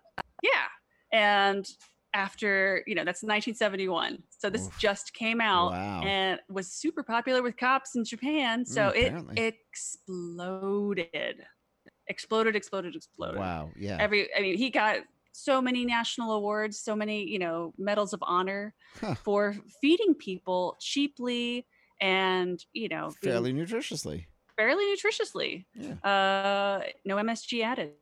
[SPEAKER 1] yeah. And after, you know, that's 1971. So this
[SPEAKER 2] Oof.
[SPEAKER 1] just came out
[SPEAKER 2] wow. Hmm, Mm,
[SPEAKER 1] and was super popular with cops in Japan. So
[SPEAKER 2] apparently.
[SPEAKER 1] it exploded, exploded, exploded, exploded.
[SPEAKER 2] Wow. Yeah.
[SPEAKER 1] Every, I mean, he got so many national awards, so many, you know, medals of honor
[SPEAKER 2] Huh.
[SPEAKER 1] for feeding people cheaply and, you know, being
[SPEAKER 2] Fairly nutritiously.
[SPEAKER 1] fairly nutritiously.
[SPEAKER 2] Yeah.
[SPEAKER 1] Uh, no MSG added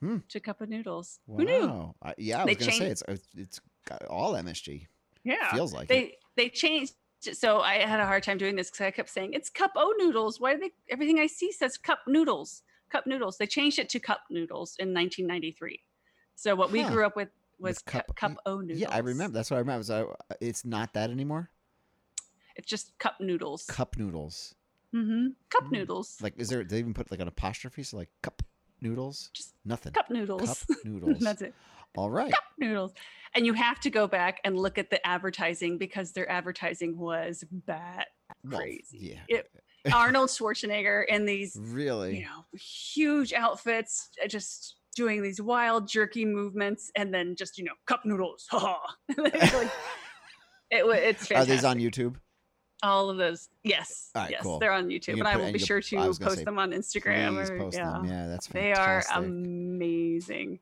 [SPEAKER 2] Hmm.
[SPEAKER 1] to cup of noodles.
[SPEAKER 2] Wow.
[SPEAKER 1] Who knew?
[SPEAKER 2] I, yeah, I
[SPEAKER 1] They
[SPEAKER 2] was going to say
[SPEAKER 1] changed-
[SPEAKER 2] it's it's- it's got all MSG.
[SPEAKER 1] Yeah.
[SPEAKER 2] Feels like it.
[SPEAKER 1] they they changed it, so i had a hard time doing this because i kept saying it's cup o noodles why do they everything i see says cup noodles cup noodles they changed it to cup noodles in 1993 so what we
[SPEAKER 2] Huh.
[SPEAKER 1] grew up with was
[SPEAKER 2] With cup-
[SPEAKER 1] cup, cup o noodles
[SPEAKER 2] Yeah, I remember. That's what I remember. So I- it's not that anymore.
[SPEAKER 1] it's just cup noodles
[SPEAKER 2] Cup noodles.
[SPEAKER 1] hmm cup
[SPEAKER 2] Mm.
[SPEAKER 1] noodles
[SPEAKER 2] Like, is there? They even put like an apostrophe, so like cup noodles.
[SPEAKER 1] Just
[SPEAKER 2] nothing.
[SPEAKER 1] cup noodles
[SPEAKER 2] Cup noodles.
[SPEAKER 1] that's it
[SPEAKER 2] All right.
[SPEAKER 1] cup noodles and you have to go back and look at the advertising because their advertising was bad
[SPEAKER 2] Well,
[SPEAKER 1] crazy.
[SPEAKER 2] yeah.
[SPEAKER 1] It- arnold schwarzenegger in these
[SPEAKER 2] really.
[SPEAKER 1] you know, huge outfits, uh, just doing these wild jerky movements, and then just you know, cup noodles. haha. like, it, wa- it's
[SPEAKER 2] Are
[SPEAKER 1] fantastic.
[SPEAKER 2] these on YouTube?
[SPEAKER 1] All of those, yes,
[SPEAKER 2] All right,
[SPEAKER 1] yes,
[SPEAKER 2] cool.
[SPEAKER 1] they're on
[SPEAKER 2] You
[SPEAKER 1] YouTube,
[SPEAKER 2] can
[SPEAKER 1] and I
[SPEAKER 2] put-
[SPEAKER 1] will
[SPEAKER 2] and
[SPEAKER 1] be
[SPEAKER 2] you-
[SPEAKER 1] sure
[SPEAKER 2] I
[SPEAKER 1] to
[SPEAKER 2] was gonna
[SPEAKER 1] post
[SPEAKER 2] say,
[SPEAKER 1] them on Instagram.
[SPEAKER 2] Please
[SPEAKER 1] or-
[SPEAKER 2] post
[SPEAKER 1] yeah,
[SPEAKER 2] them. Yeah, that's
[SPEAKER 1] they are um,
[SPEAKER 2] fantastic.
[SPEAKER 1] amazing.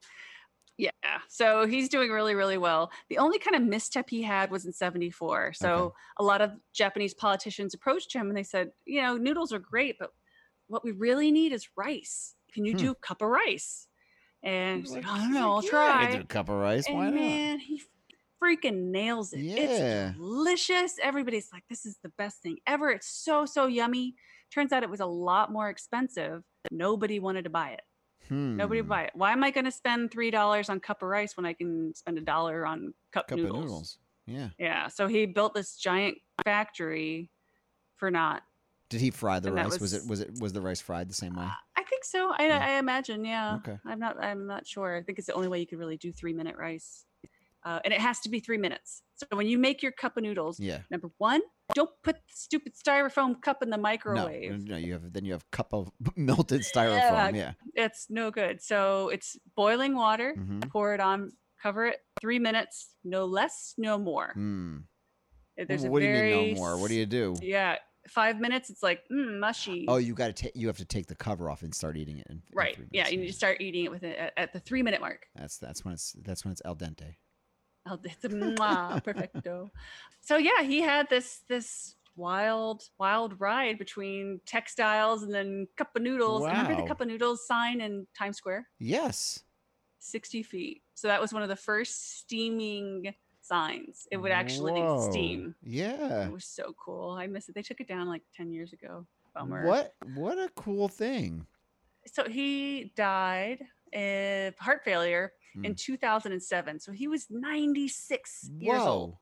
[SPEAKER 1] Yeah, so he's doing really, really well. The only kind of misstep he had was in '74. So
[SPEAKER 2] Okay.
[SPEAKER 1] a lot of Japanese politicians approached him and they said, you know, noodles are great, but what we really need is rice. Can you
[SPEAKER 2] Hmm.
[SPEAKER 1] do cup of rice? And
[SPEAKER 2] He's
[SPEAKER 1] he's like,
[SPEAKER 2] like,
[SPEAKER 1] I
[SPEAKER 2] he's
[SPEAKER 1] don't know, I'll
[SPEAKER 2] like, "Yeah, I can
[SPEAKER 1] try.
[SPEAKER 2] do a cup of rice. Why
[SPEAKER 1] and
[SPEAKER 2] not?
[SPEAKER 1] man, he freaking nails it.
[SPEAKER 2] Yeah.
[SPEAKER 1] It's delicious. Everybody's like, this is the best thing ever. It's so, so yummy. Turns out it was a lot more expensive. Nobody wanted to buy it. Nobody would
[SPEAKER 2] Hmm.
[SPEAKER 1] buy it. Why am I going to spend $3 on cup of rice when I can spend a dollar on cup,
[SPEAKER 2] Cup
[SPEAKER 1] noodles?
[SPEAKER 2] of noodles. Yeah.
[SPEAKER 1] Yeah. So he built this giant factory for not.
[SPEAKER 2] Did he fry the
[SPEAKER 1] And that
[SPEAKER 2] rice? Was,
[SPEAKER 1] was-
[SPEAKER 2] it
[SPEAKER 1] Ah.
[SPEAKER 2] was it was the rice fried the same way?
[SPEAKER 1] I think so. I,
[SPEAKER 2] Yeah.
[SPEAKER 1] I imagine. Yeah.
[SPEAKER 2] Okay.
[SPEAKER 1] I'm not. I'm not sure. I think it's the only way you could really do three minute rice, uh, and it has to be three minutes. So when you make your cup of noodles,
[SPEAKER 2] Yeah.
[SPEAKER 1] number one, don't put the stupid styrofoam cup in the
[SPEAKER 2] No,
[SPEAKER 1] microwave.
[SPEAKER 2] no, no, you have then you have cup of melted styrofoam. Yeah.
[SPEAKER 1] Yeah. It's no good. So it's boiling water.
[SPEAKER 2] hmm
[SPEAKER 1] Pour it on. Cover it. Three minutes, no less, no more.
[SPEAKER 2] Mm.
[SPEAKER 1] Eh, There's a
[SPEAKER 2] what do you
[SPEAKER 1] very
[SPEAKER 2] mean no more? What do you do?
[SPEAKER 1] Yeah, five minutes, it's like mm, mushy.
[SPEAKER 2] Oh, you got to take. You have to take the cover off and start eating it. In, in
[SPEAKER 1] right.
[SPEAKER 2] three
[SPEAKER 1] yeah,
[SPEAKER 2] minutes.
[SPEAKER 1] you need to start eating it with it at, at the three minute mark.
[SPEAKER 2] That's that's when it's that's when it's al dente.
[SPEAKER 1] Oh, It's a mwah, perfecto. So yeah, he had this this wild wild ride between textiles and then cup of noodles. Remember the
[SPEAKER 2] Wow.
[SPEAKER 1] cup of noodles sign in Times Square?
[SPEAKER 2] Yes.
[SPEAKER 1] 60 feet. So that was one of the first steaming signs. It would actually
[SPEAKER 2] Whoa.
[SPEAKER 1] steam.
[SPEAKER 2] Yeah.
[SPEAKER 1] It was so cool. I miss it. They took it down like 10 years ago. Bummer.
[SPEAKER 2] What what a cool thing.
[SPEAKER 1] So he died of heart failure in
[SPEAKER 2] Mm.
[SPEAKER 1] 2007. So he was 96 years old.
[SPEAKER 2] Whoa.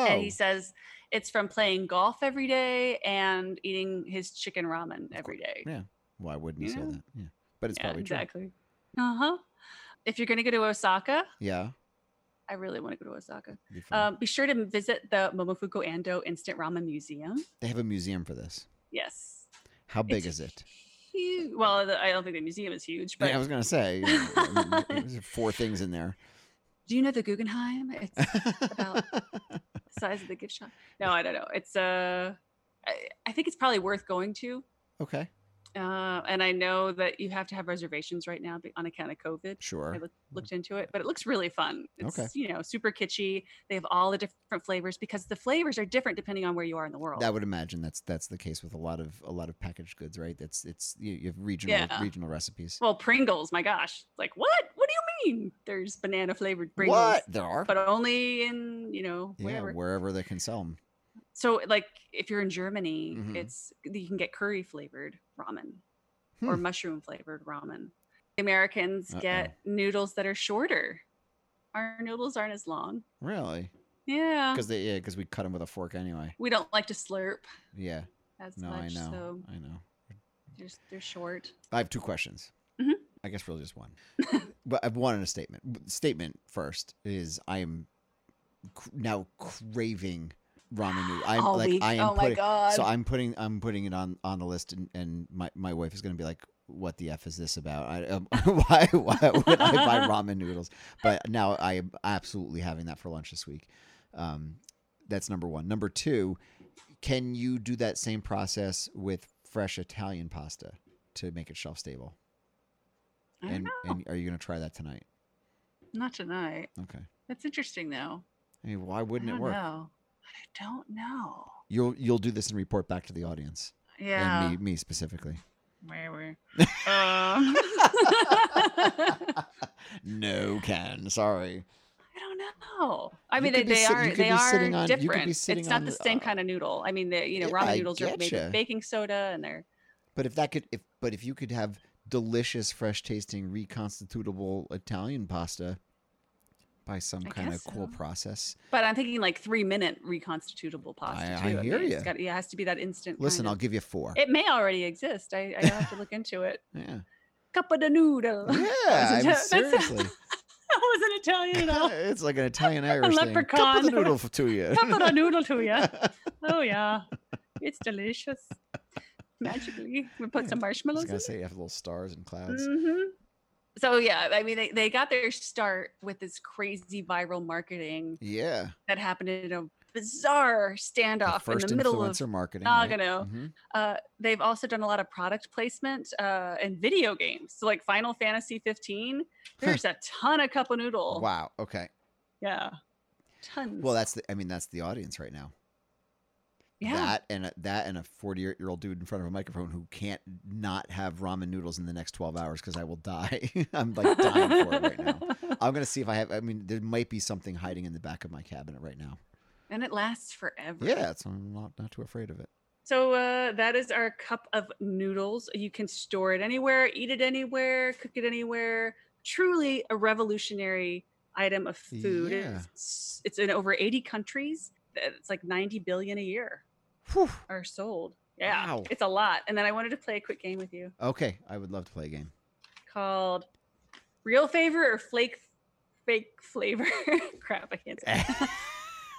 [SPEAKER 2] Whoa.
[SPEAKER 1] And he says it's from playing golf every day and eating his chicken ramen every day.
[SPEAKER 2] Yeah. Why wouldn't you say
[SPEAKER 1] Yeah.
[SPEAKER 2] that? Yeah. But it's
[SPEAKER 1] "Mm-hmm." Yeah,
[SPEAKER 2] probably
[SPEAKER 1] exactly. Uh huh. If you're going to go to Osaka,
[SPEAKER 2] true. Yeah.
[SPEAKER 1] I really want to go to Osaka.
[SPEAKER 2] Be fun.
[SPEAKER 1] Um, be sure to visit the Momofuku Ando Instant Ramen Museum.
[SPEAKER 2] they have a museum for this.
[SPEAKER 1] Yes.
[SPEAKER 2] How big
[SPEAKER 1] It's
[SPEAKER 2] is it?
[SPEAKER 1] Huge. Well, the, I don't think the museum is huge,
[SPEAKER 2] Yeah,
[SPEAKER 1] but
[SPEAKER 2] I was gonna say yeah, I mean, there's four things in there.
[SPEAKER 1] do you know the Guggenheim? It's the About- size of the gift shop. No, I don't know. It's uh, I, I think it's probably worth going to.
[SPEAKER 2] okay.
[SPEAKER 1] Uh, and I know that you have to have reservations right now be- on account of COVID. I
[SPEAKER 2] Sure.
[SPEAKER 1] look, looked into it, but it looks really fun. It's,
[SPEAKER 2] Okay.
[SPEAKER 1] you know, super kitschy. They have all the different flavors because the flavors are different depending on where you are in the world.
[SPEAKER 2] I would imagine that's that's the case with a lot of a lot of packaged goods, right? That's it's you, you have regional
[SPEAKER 1] Yeah.
[SPEAKER 2] regional recipes.
[SPEAKER 1] well, Pringles, my gosh. Like, what? What do you mean? There's banana flavored Pringles.
[SPEAKER 2] what there are?
[SPEAKER 1] But only in, you know,
[SPEAKER 2] yeah,
[SPEAKER 1] wherever.
[SPEAKER 2] wherever they can sell them.
[SPEAKER 1] So, like, if you're in Germany,
[SPEAKER 2] Mhm.
[SPEAKER 1] it's you can get curry flavored ramen or
[SPEAKER 2] Hmm.
[SPEAKER 1] mushroom flavored ramen. Americans get noodles that are shorter. Our noodles aren't as long.
[SPEAKER 2] Really?
[SPEAKER 1] Yeah,
[SPEAKER 2] Because they yeah, because we cut them with a fork anyway.
[SPEAKER 1] we don't like to slurp
[SPEAKER 2] Yeah.
[SPEAKER 1] as
[SPEAKER 2] No, I
[SPEAKER 1] much,
[SPEAKER 2] know.
[SPEAKER 1] so
[SPEAKER 2] I know.
[SPEAKER 1] they're s- they're short.
[SPEAKER 2] I have two questions.
[SPEAKER 1] Mhm.
[SPEAKER 2] I guess really just one, but I've one and a statement. Statement first is I am cr- now craving ramen noodles. I'm
[SPEAKER 1] All
[SPEAKER 2] like
[SPEAKER 1] week.
[SPEAKER 2] I am
[SPEAKER 1] oh my
[SPEAKER 2] putting,
[SPEAKER 1] god!
[SPEAKER 2] so I'm putting I'm putting it on on the list, and, and my my wife is gonna be like, "What the f is this about? I, um, why why would I buy ramen noodles?" But now I am absolutely having that for lunch this week. Um, that's number one. Number two, can you do that same process with fresh Italian pasta to make it shelf stable?
[SPEAKER 1] I don't
[SPEAKER 2] And
[SPEAKER 1] know.
[SPEAKER 2] and are you gonna try that tonight?
[SPEAKER 1] Not tonight.
[SPEAKER 2] Okay.
[SPEAKER 1] That's interesting though.
[SPEAKER 2] I mean, why wouldn't
[SPEAKER 1] I
[SPEAKER 2] it
[SPEAKER 1] don't
[SPEAKER 2] work?
[SPEAKER 1] Know. I don't know.
[SPEAKER 2] You'll you'll do this and report back to the audience
[SPEAKER 1] Yeah.
[SPEAKER 2] and me me specifically.
[SPEAKER 1] Where were? um,
[SPEAKER 2] no, Ken. Sorry.
[SPEAKER 1] I don't know. I
[SPEAKER 2] You
[SPEAKER 1] mean, they,
[SPEAKER 2] could be
[SPEAKER 1] they
[SPEAKER 2] sit-
[SPEAKER 1] are
[SPEAKER 2] you could
[SPEAKER 1] they
[SPEAKER 2] be
[SPEAKER 1] are
[SPEAKER 2] sitting on- you could
[SPEAKER 1] different.
[SPEAKER 2] be sitting
[SPEAKER 1] it's not
[SPEAKER 2] on
[SPEAKER 1] the
[SPEAKER 2] the- uh,
[SPEAKER 1] same kind of noodle. I mean, the you know
[SPEAKER 2] Yeah,
[SPEAKER 1] ramen
[SPEAKER 2] I
[SPEAKER 1] noodles are made
[SPEAKER 2] getcha.
[SPEAKER 1] with baking soda, and they're
[SPEAKER 2] But if that could, if but if you could have delicious, fresh tasting, reconstitutable Italian pasta by some
[SPEAKER 1] I
[SPEAKER 2] kind of
[SPEAKER 1] guess
[SPEAKER 2] cool
[SPEAKER 1] so.
[SPEAKER 2] process.
[SPEAKER 1] but I'm thinking like three minute reconstitutable pasta.
[SPEAKER 2] I-
[SPEAKER 1] too.
[SPEAKER 2] I hear
[SPEAKER 1] mean, it's
[SPEAKER 2] ya.
[SPEAKER 1] gotta- yeah, it has to be that instant. kind
[SPEAKER 2] Listen,
[SPEAKER 1] of-
[SPEAKER 2] I'll give you four.
[SPEAKER 1] It may already exist. I, I have to look into it.
[SPEAKER 2] yeah,
[SPEAKER 1] Cup of the noodle.
[SPEAKER 2] yeah.
[SPEAKER 1] was
[SPEAKER 2] I mean,
[SPEAKER 1] Ita- that's-
[SPEAKER 2] seriously,
[SPEAKER 1] that wasn't Italian at all.
[SPEAKER 2] it's like an Italian Irish thing. Cup of
[SPEAKER 1] leprechaun.
[SPEAKER 2] the noodle for two years.
[SPEAKER 1] Cup of the noodle to you. Oh yeah, it's delicious. Magically, we put some
[SPEAKER 2] I was
[SPEAKER 1] marshmallows. in
[SPEAKER 2] gonna
[SPEAKER 1] it.
[SPEAKER 2] say you have little stars and clouds.
[SPEAKER 1] hmm So yeah, I mean, they, they got their start with this crazy viral marketing
[SPEAKER 2] Yeah,
[SPEAKER 1] that happened in a bizarre
[SPEAKER 2] the
[SPEAKER 1] standoff in
[SPEAKER 2] first
[SPEAKER 1] the middle of.
[SPEAKER 2] influencer marketing.
[SPEAKER 1] Nagano.
[SPEAKER 2] Mhm.
[SPEAKER 1] Uh, they've also done a lot of product placement uh, in video games. So like Final Fantasy 15, there's a ton of cup of noodle.
[SPEAKER 2] Wow. Okay.
[SPEAKER 1] Yeah, tons.
[SPEAKER 2] Well, that's the. I mean, that's the audience right now.
[SPEAKER 1] yeah.
[SPEAKER 2] That and a, that and a 48 year old dude in front of a microphone who can't not have ramen noodles in the next 12 hours because I will die. I'm like dying for it right now. I'm gonna see if I have. I mean, there might be something hiding in the back of my cabinet right now.
[SPEAKER 1] and it lasts forever.
[SPEAKER 2] Yeah, so I'm not not too afraid of it.
[SPEAKER 1] So uh, that is our cup of noodles. You can store it anywhere, eat it anywhere, cook it anywhere. Truly a revolutionary item of food.
[SPEAKER 2] Yeah.
[SPEAKER 1] It's, it's in over 80 countries. It's like 90 billion a year
[SPEAKER 2] Whew.
[SPEAKER 1] are sold. Yeah,
[SPEAKER 2] Wow.
[SPEAKER 1] it's a lot. And then I wanted to play a quick game with you
[SPEAKER 2] Okay, I would love to play a game.
[SPEAKER 1] called Real Favor or Flake Fake Flavor. Crap, I can't say. it.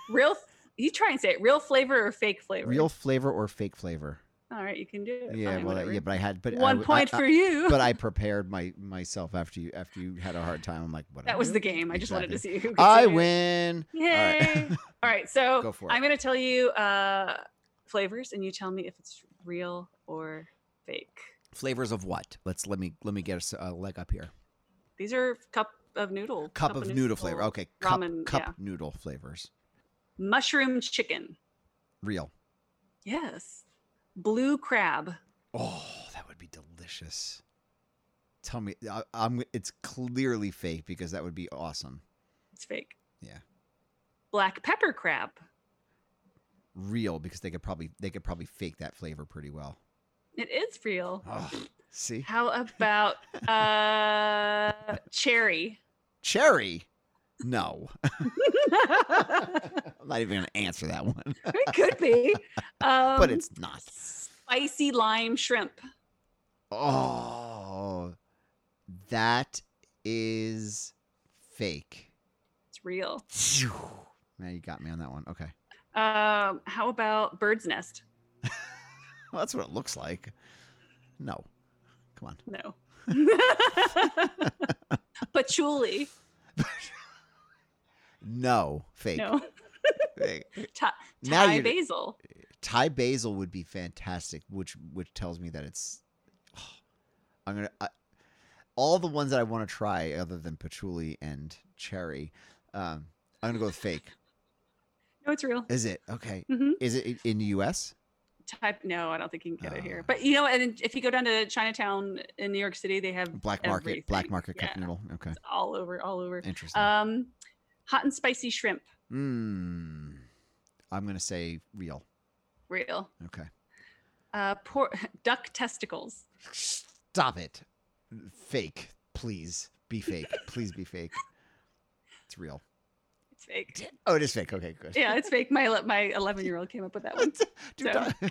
[SPEAKER 1] Real. You try and say it. Real flavor or fake flavor?
[SPEAKER 2] Real flavor or fake flavor?
[SPEAKER 1] All right, you can do it.
[SPEAKER 2] Yeah,
[SPEAKER 1] Fine,
[SPEAKER 2] well,
[SPEAKER 1] whatever.
[SPEAKER 2] yeah, but I had but I
[SPEAKER 1] One
[SPEAKER 2] w- I-
[SPEAKER 1] point
[SPEAKER 2] I-
[SPEAKER 1] for you.
[SPEAKER 2] but I prepared my myself after you after you had a hard time. I'm like, what?
[SPEAKER 1] That was the game. I just wanted to see who. could
[SPEAKER 2] I
[SPEAKER 1] say it.
[SPEAKER 2] win.
[SPEAKER 1] Yay! All right, so
[SPEAKER 2] Go for it.
[SPEAKER 1] I'm going to tell you uh, flavors and you tell me if it's real or fake.
[SPEAKER 2] Flavors of what? Let's let me let me get us a leg up here.
[SPEAKER 1] These are cup of noodle.
[SPEAKER 2] Cup, of noodle flavor. Okay, cup
[SPEAKER 1] ramen,
[SPEAKER 2] cup
[SPEAKER 1] yeah. noodle
[SPEAKER 2] noodle flavors.
[SPEAKER 1] Mushroom chicken.
[SPEAKER 2] Real.
[SPEAKER 1] Yes. Blue crab.
[SPEAKER 2] Oh, that would be delicious. Tell me, I, I'm. It's clearly fake because that would be awesome.
[SPEAKER 1] It's fake.
[SPEAKER 2] Yeah.
[SPEAKER 1] Black pepper crab.
[SPEAKER 2] Real because they could probably they could probably fake that flavor pretty well.
[SPEAKER 1] It is real.
[SPEAKER 2] Oh, see,
[SPEAKER 1] How about uh cherry?
[SPEAKER 2] cherry. No,
[SPEAKER 1] it
[SPEAKER 2] I'm not even gonna answer that one.
[SPEAKER 1] could be. Um,
[SPEAKER 2] but it's not.
[SPEAKER 1] spicy lime shrimp.
[SPEAKER 2] Oh, that is fake.
[SPEAKER 1] It's real.
[SPEAKER 2] Phew. Now you got me on that one. Okay,
[SPEAKER 1] Um, how about bird's nest?
[SPEAKER 2] well, that's what it looks like. No, come on.
[SPEAKER 1] No. Patchouli.
[SPEAKER 2] No, fake.
[SPEAKER 1] No.
[SPEAKER 2] Fake.
[SPEAKER 1] Thai,
[SPEAKER 2] Now
[SPEAKER 1] Thai
[SPEAKER 2] you-
[SPEAKER 1] basil.
[SPEAKER 2] Thai basil would be fantastic, which which tells me that it's. I'm gonna I, all the ones that I want to try, other than patchouli and cherry. Um, I'm gonna go with fake.
[SPEAKER 1] No, it's real.
[SPEAKER 2] Is it okay?
[SPEAKER 1] hmm
[SPEAKER 2] Is it i- in the U.S.?
[SPEAKER 1] Type no, I don't think you can get it here.
[SPEAKER 2] Ah.
[SPEAKER 1] But you know, and then if you go down to Chinatown in New York City, they have
[SPEAKER 2] Black market, black
[SPEAKER 1] Everything,
[SPEAKER 2] market cup
[SPEAKER 1] yeah.
[SPEAKER 2] noodle. Okay,
[SPEAKER 1] all over, all over.
[SPEAKER 2] interesting.
[SPEAKER 1] Um, hot and spicy shrimp,
[SPEAKER 2] mm, I'm gonna say real.
[SPEAKER 1] real.
[SPEAKER 2] Okay,
[SPEAKER 1] Uh, por- duck testicles.
[SPEAKER 2] stop it. Fake, please be fake. please be fake. It's real.
[SPEAKER 1] It's fake.
[SPEAKER 2] Oh, it is fake. Okay, good.
[SPEAKER 1] Yeah, it's fake. My ele- my eleven year old came up with that one.
[SPEAKER 2] Dude,
[SPEAKER 1] So-
[SPEAKER 2] do-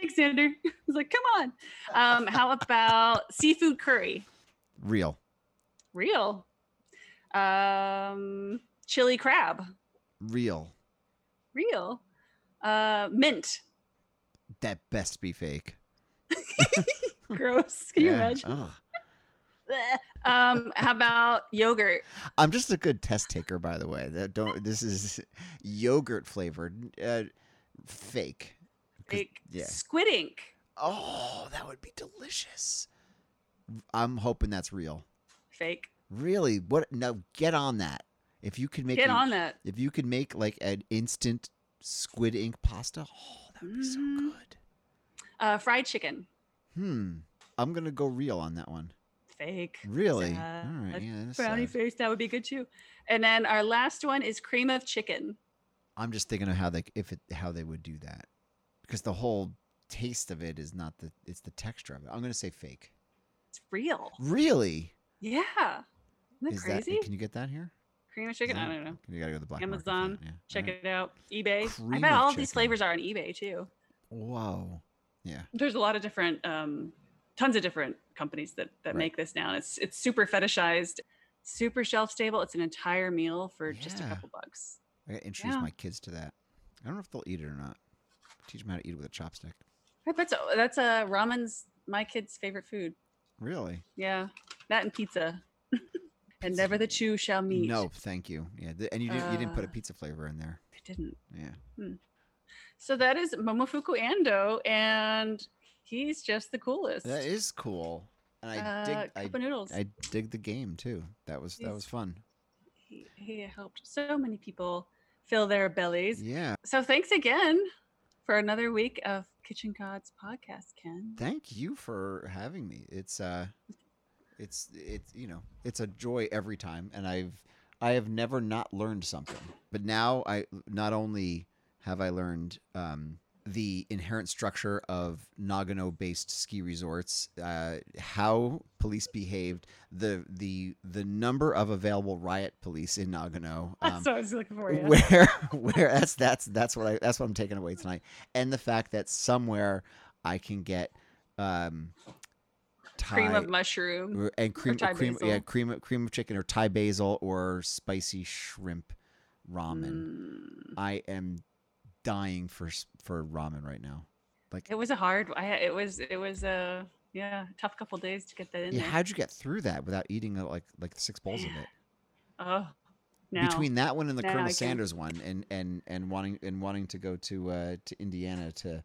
[SPEAKER 1] Thanks, Xander. I was like, come on. Um, how about seafood curry?
[SPEAKER 2] real,
[SPEAKER 1] Real. Um, chili crab.
[SPEAKER 2] real.
[SPEAKER 1] Real. Uh, mint.
[SPEAKER 2] That best be fake.
[SPEAKER 1] Gross. Can you
[SPEAKER 2] Yeah,
[SPEAKER 1] imagine?
[SPEAKER 2] ugh.
[SPEAKER 1] Bleh. Um, how about yogurt?
[SPEAKER 2] I'm just a good test taker, by the way. That don't. This is yogurt flavored, uh, fake. 'Cause-
[SPEAKER 1] Like
[SPEAKER 2] yeah.
[SPEAKER 1] squid ink.
[SPEAKER 2] Oh, that would be delicious. I'm hoping that's real.
[SPEAKER 1] Fake.
[SPEAKER 2] Really? What? No, get on that. If you could make
[SPEAKER 1] Get
[SPEAKER 2] a-
[SPEAKER 1] on that.
[SPEAKER 2] if you could make like an instant squid ink pasta, oh, that would be so
[SPEAKER 1] Mm.
[SPEAKER 2] good.
[SPEAKER 1] Uh, fried chicken.
[SPEAKER 2] Hmm. I'm gonna go real on that one.
[SPEAKER 1] Fake.
[SPEAKER 2] Really?
[SPEAKER 1] Sad.
[SPEAKER 2] All right. Yeah. that's
[SPEAKER 1] Brownie
[SPEAKER 2] sad.
[SPEAKER 1] face. That would be good too. And then our last one is cream of chicken.
[SPEAKER 2] I'm just thinking of how they if it how they would do that because the whole taste of it is not the it's the texture of it. I'm gonna say fake.
[SPEAKER 1] It's real.
[SPEAKER 2] Really?
[SPEAKER 1] Yeah. Isn't that
[SPEAKER 2] Is
[SPEAKER 1] crazy?
[SPEAKER 2] that? Can you get that here?
[SPEAKER 1] cream of chicken?
[SPEAKER 2] Is
[SPEAKER 1] I
[SPEAKER 2] that-
[SPEAKER 1] don't know.
[SPEAKER 2] You gotta go to the black market for
[SPEAKER 1] Amazon,
[SPEAKER 2] that, yeah.
[SPEAKER 1] Check
[SPEAKER 2] Alright.
[SPEAKER 1] it out. eBay. I
[SPEAKER 2] Cream
[SPEAKER 1] bet
[SPEAKER 2] of
[SPEAKER 1] all of these
[SPEAKER 2] chicken.
[SPEAKER 1] flavors are on eBay too.
[SPEAKER 2] Whoa. Yeah.
[SPEAKER 1] There's a lot of different, um, tons of different companies that that
[SPEAKER 2] Right.
[SPEAKER 1] make this now. It's it's super fetishized, super shelf stable. It's an entire meal for just a
[SPEAKER 2] Yeah.
[SPEAKER 1] couple bucks.
[SPEAKER 2] I gotta introduce
[SPEAKER 1] Yeah.
[SPEAKER 2] my kids to that. I don't know if they'll eat it or not. Teach them how to eat it with a chopstick.
[SPEAKER 1] I bet so. That's uh, ramen's my kid's favorite food.
[SPEAKER 2] Really?
[SPEAKER 1] Yeah, that and pizza. and
[SPEAKER 2] Pizza.
[SPEAKER 1] never the two shall meet.
[SPEAKER 2] No, thank you. Yeah, th- and you didn't, you didn't put a
[SPEAKER 1] Uh,
[SPEAKER 2] pizza flavor in there.
[SPEAKER 1] I didn't.
[SPEAKER 2] Yeah.
[SPEAKER 1] So that is Momofuku Ando, and he's just the coolest.
[SPEAKER 2] That is cool. And I
[SPEAKER 1] uh,
[SPEAKER 2] dig
[SPEAKER 1] cup
[SPEAKER 2] I,
[SPEAKER 1] of noodles.
[SPEAKER 2] I dig the game too. That was that
[SPEAKER 1] He's-
[SPEAKER 2] was fun.
[SPEAKER 1] he, he helped so many people fill their bellies.
[SPEAKER 2] Yeah.
[SPEAKER 1] So thanks again for another week of Kitchen Gods podcast, Ken.
[SPEAKER 2] Thank you for having me. It's uh it's it's you know, it's a joy every time and I've I have never not learned something. But now I not only have I learned um the inherent structure of Nagano based ski resorts, uh, how police behaved, the the the number of available riot police in Nagano. um,
[SPEAKER 1] That's what I was looking for. Yeah.
[SPEAKER 2] where where that's that's that's what I that's what I'm taking away tonight, and the fact that somewhere I can get um Thai
[SPEAKER 1] Cream of mushroom.
[SPEAKER 2] or- and cream
[SPEAKER 1] Thai
[SPEAKER 2] cream yeah
[SPEAKER 1] basil.
[SPEAKER 2] cream of- cream of chicken or Thai basil or spicy shrimp ramen.
[SPEAKER 1] Mm.
[SPEAKER 2] I am dying for s- for ramen right now. Like,
[SPEAKER 1] It was a hard. I, it was. It was a yeah tough couple days to get that in
[SPEAKER 2] yeah,
[SPEAKER 1] there.
[SPEAKER 2] how'd you get through that without eating uh, like like six bowls of it?
[SPEAKER 1] Oh now.
[SPEAKER 2] between that one and the
[SPEAKER 1] Now I
[SPEAKER 2] Colonel
[SPEAKER 1] can-
[SPEAKER 2] Sanders one, and and and wanting and wanting to go to uh, to Indiana to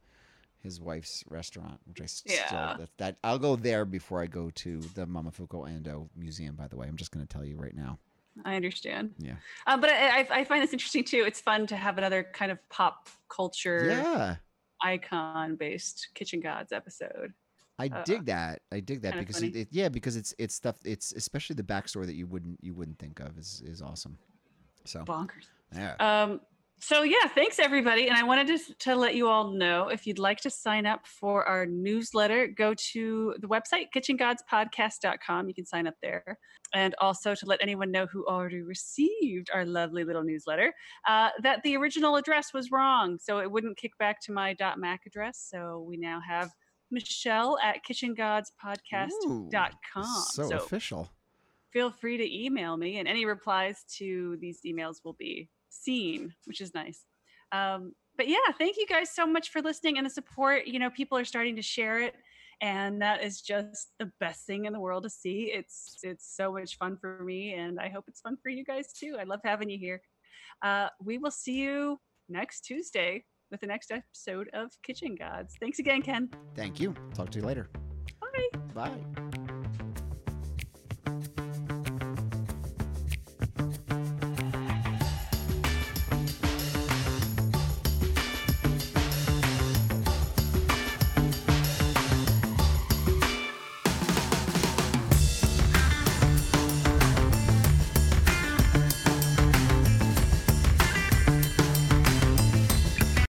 [SPEAKER 2] his wife's restaurant, which I s-
[SPEAKER 1] Yeah.
[SPEAKER 2] still that, that I'll go there before I go to the Mamafuko Ando Museum. By the way, I'm just going to tell you right now.
[SPEAKER 1] I understand.
[SPEAKER 2] Yeah.
[SPEAKER 1] Uh, but I, I, I find this interesting too. It's fun to have another kind of pop culture
[SPEAKER 2] Yeah,
[SPEAKER 1] icon based Kitchen Gods episode.
[SPEAKER 2] I
[SPEAKER 1] Uh,
[SPEAKER 2] dig that. I dig that
[SPEAKER 1] kinda
[SPEAKER 2] because
[SPEAKER 1] funny.
[SPEAKER 2] it, it, yeah, because it's it's stuff. It's especially the backstory that you wouldn't you wouldn't think of is is awesome. So
[SPEAKER 1] Bonkers.
[SPEAKER 2] yeah,
[SPEAKER 1] Um, so yeah, thanks everybody. And I wanted to, to let you all know if you'd like to sign up for our newsletter, go to the website kitchengodspodcast.com. You can sign up there. And also to let anyone know who already received our lovely little newsletter uh, that the original address was wrong. So it wouldn't kick back to my .mac address. So we now have Michelle at
[SPEAKER 2] Ooh,
[SPEAKER 1] kitchengodspodcast.com.
[SPEAKER 2] so, official.
[SPEAKER 1] feel free to email me, and any replies to these emails will be seen, which is nice. Um, but yeah, thank you guys so much for listening and the support. You know, people are starting to share it, and that is just the best thing in the world to see. It's it's so much fun for me, and I hope it's fun for you guys too. I love having you here. Uh, we will see you next Tuesday with the next episode of Kitchen Gods. Thanks again, Ken.
[SPEAKER 2] Thank you. Talk to you later.
[SPEAKER 1] Bye.
[SPEAKER 2] Bye.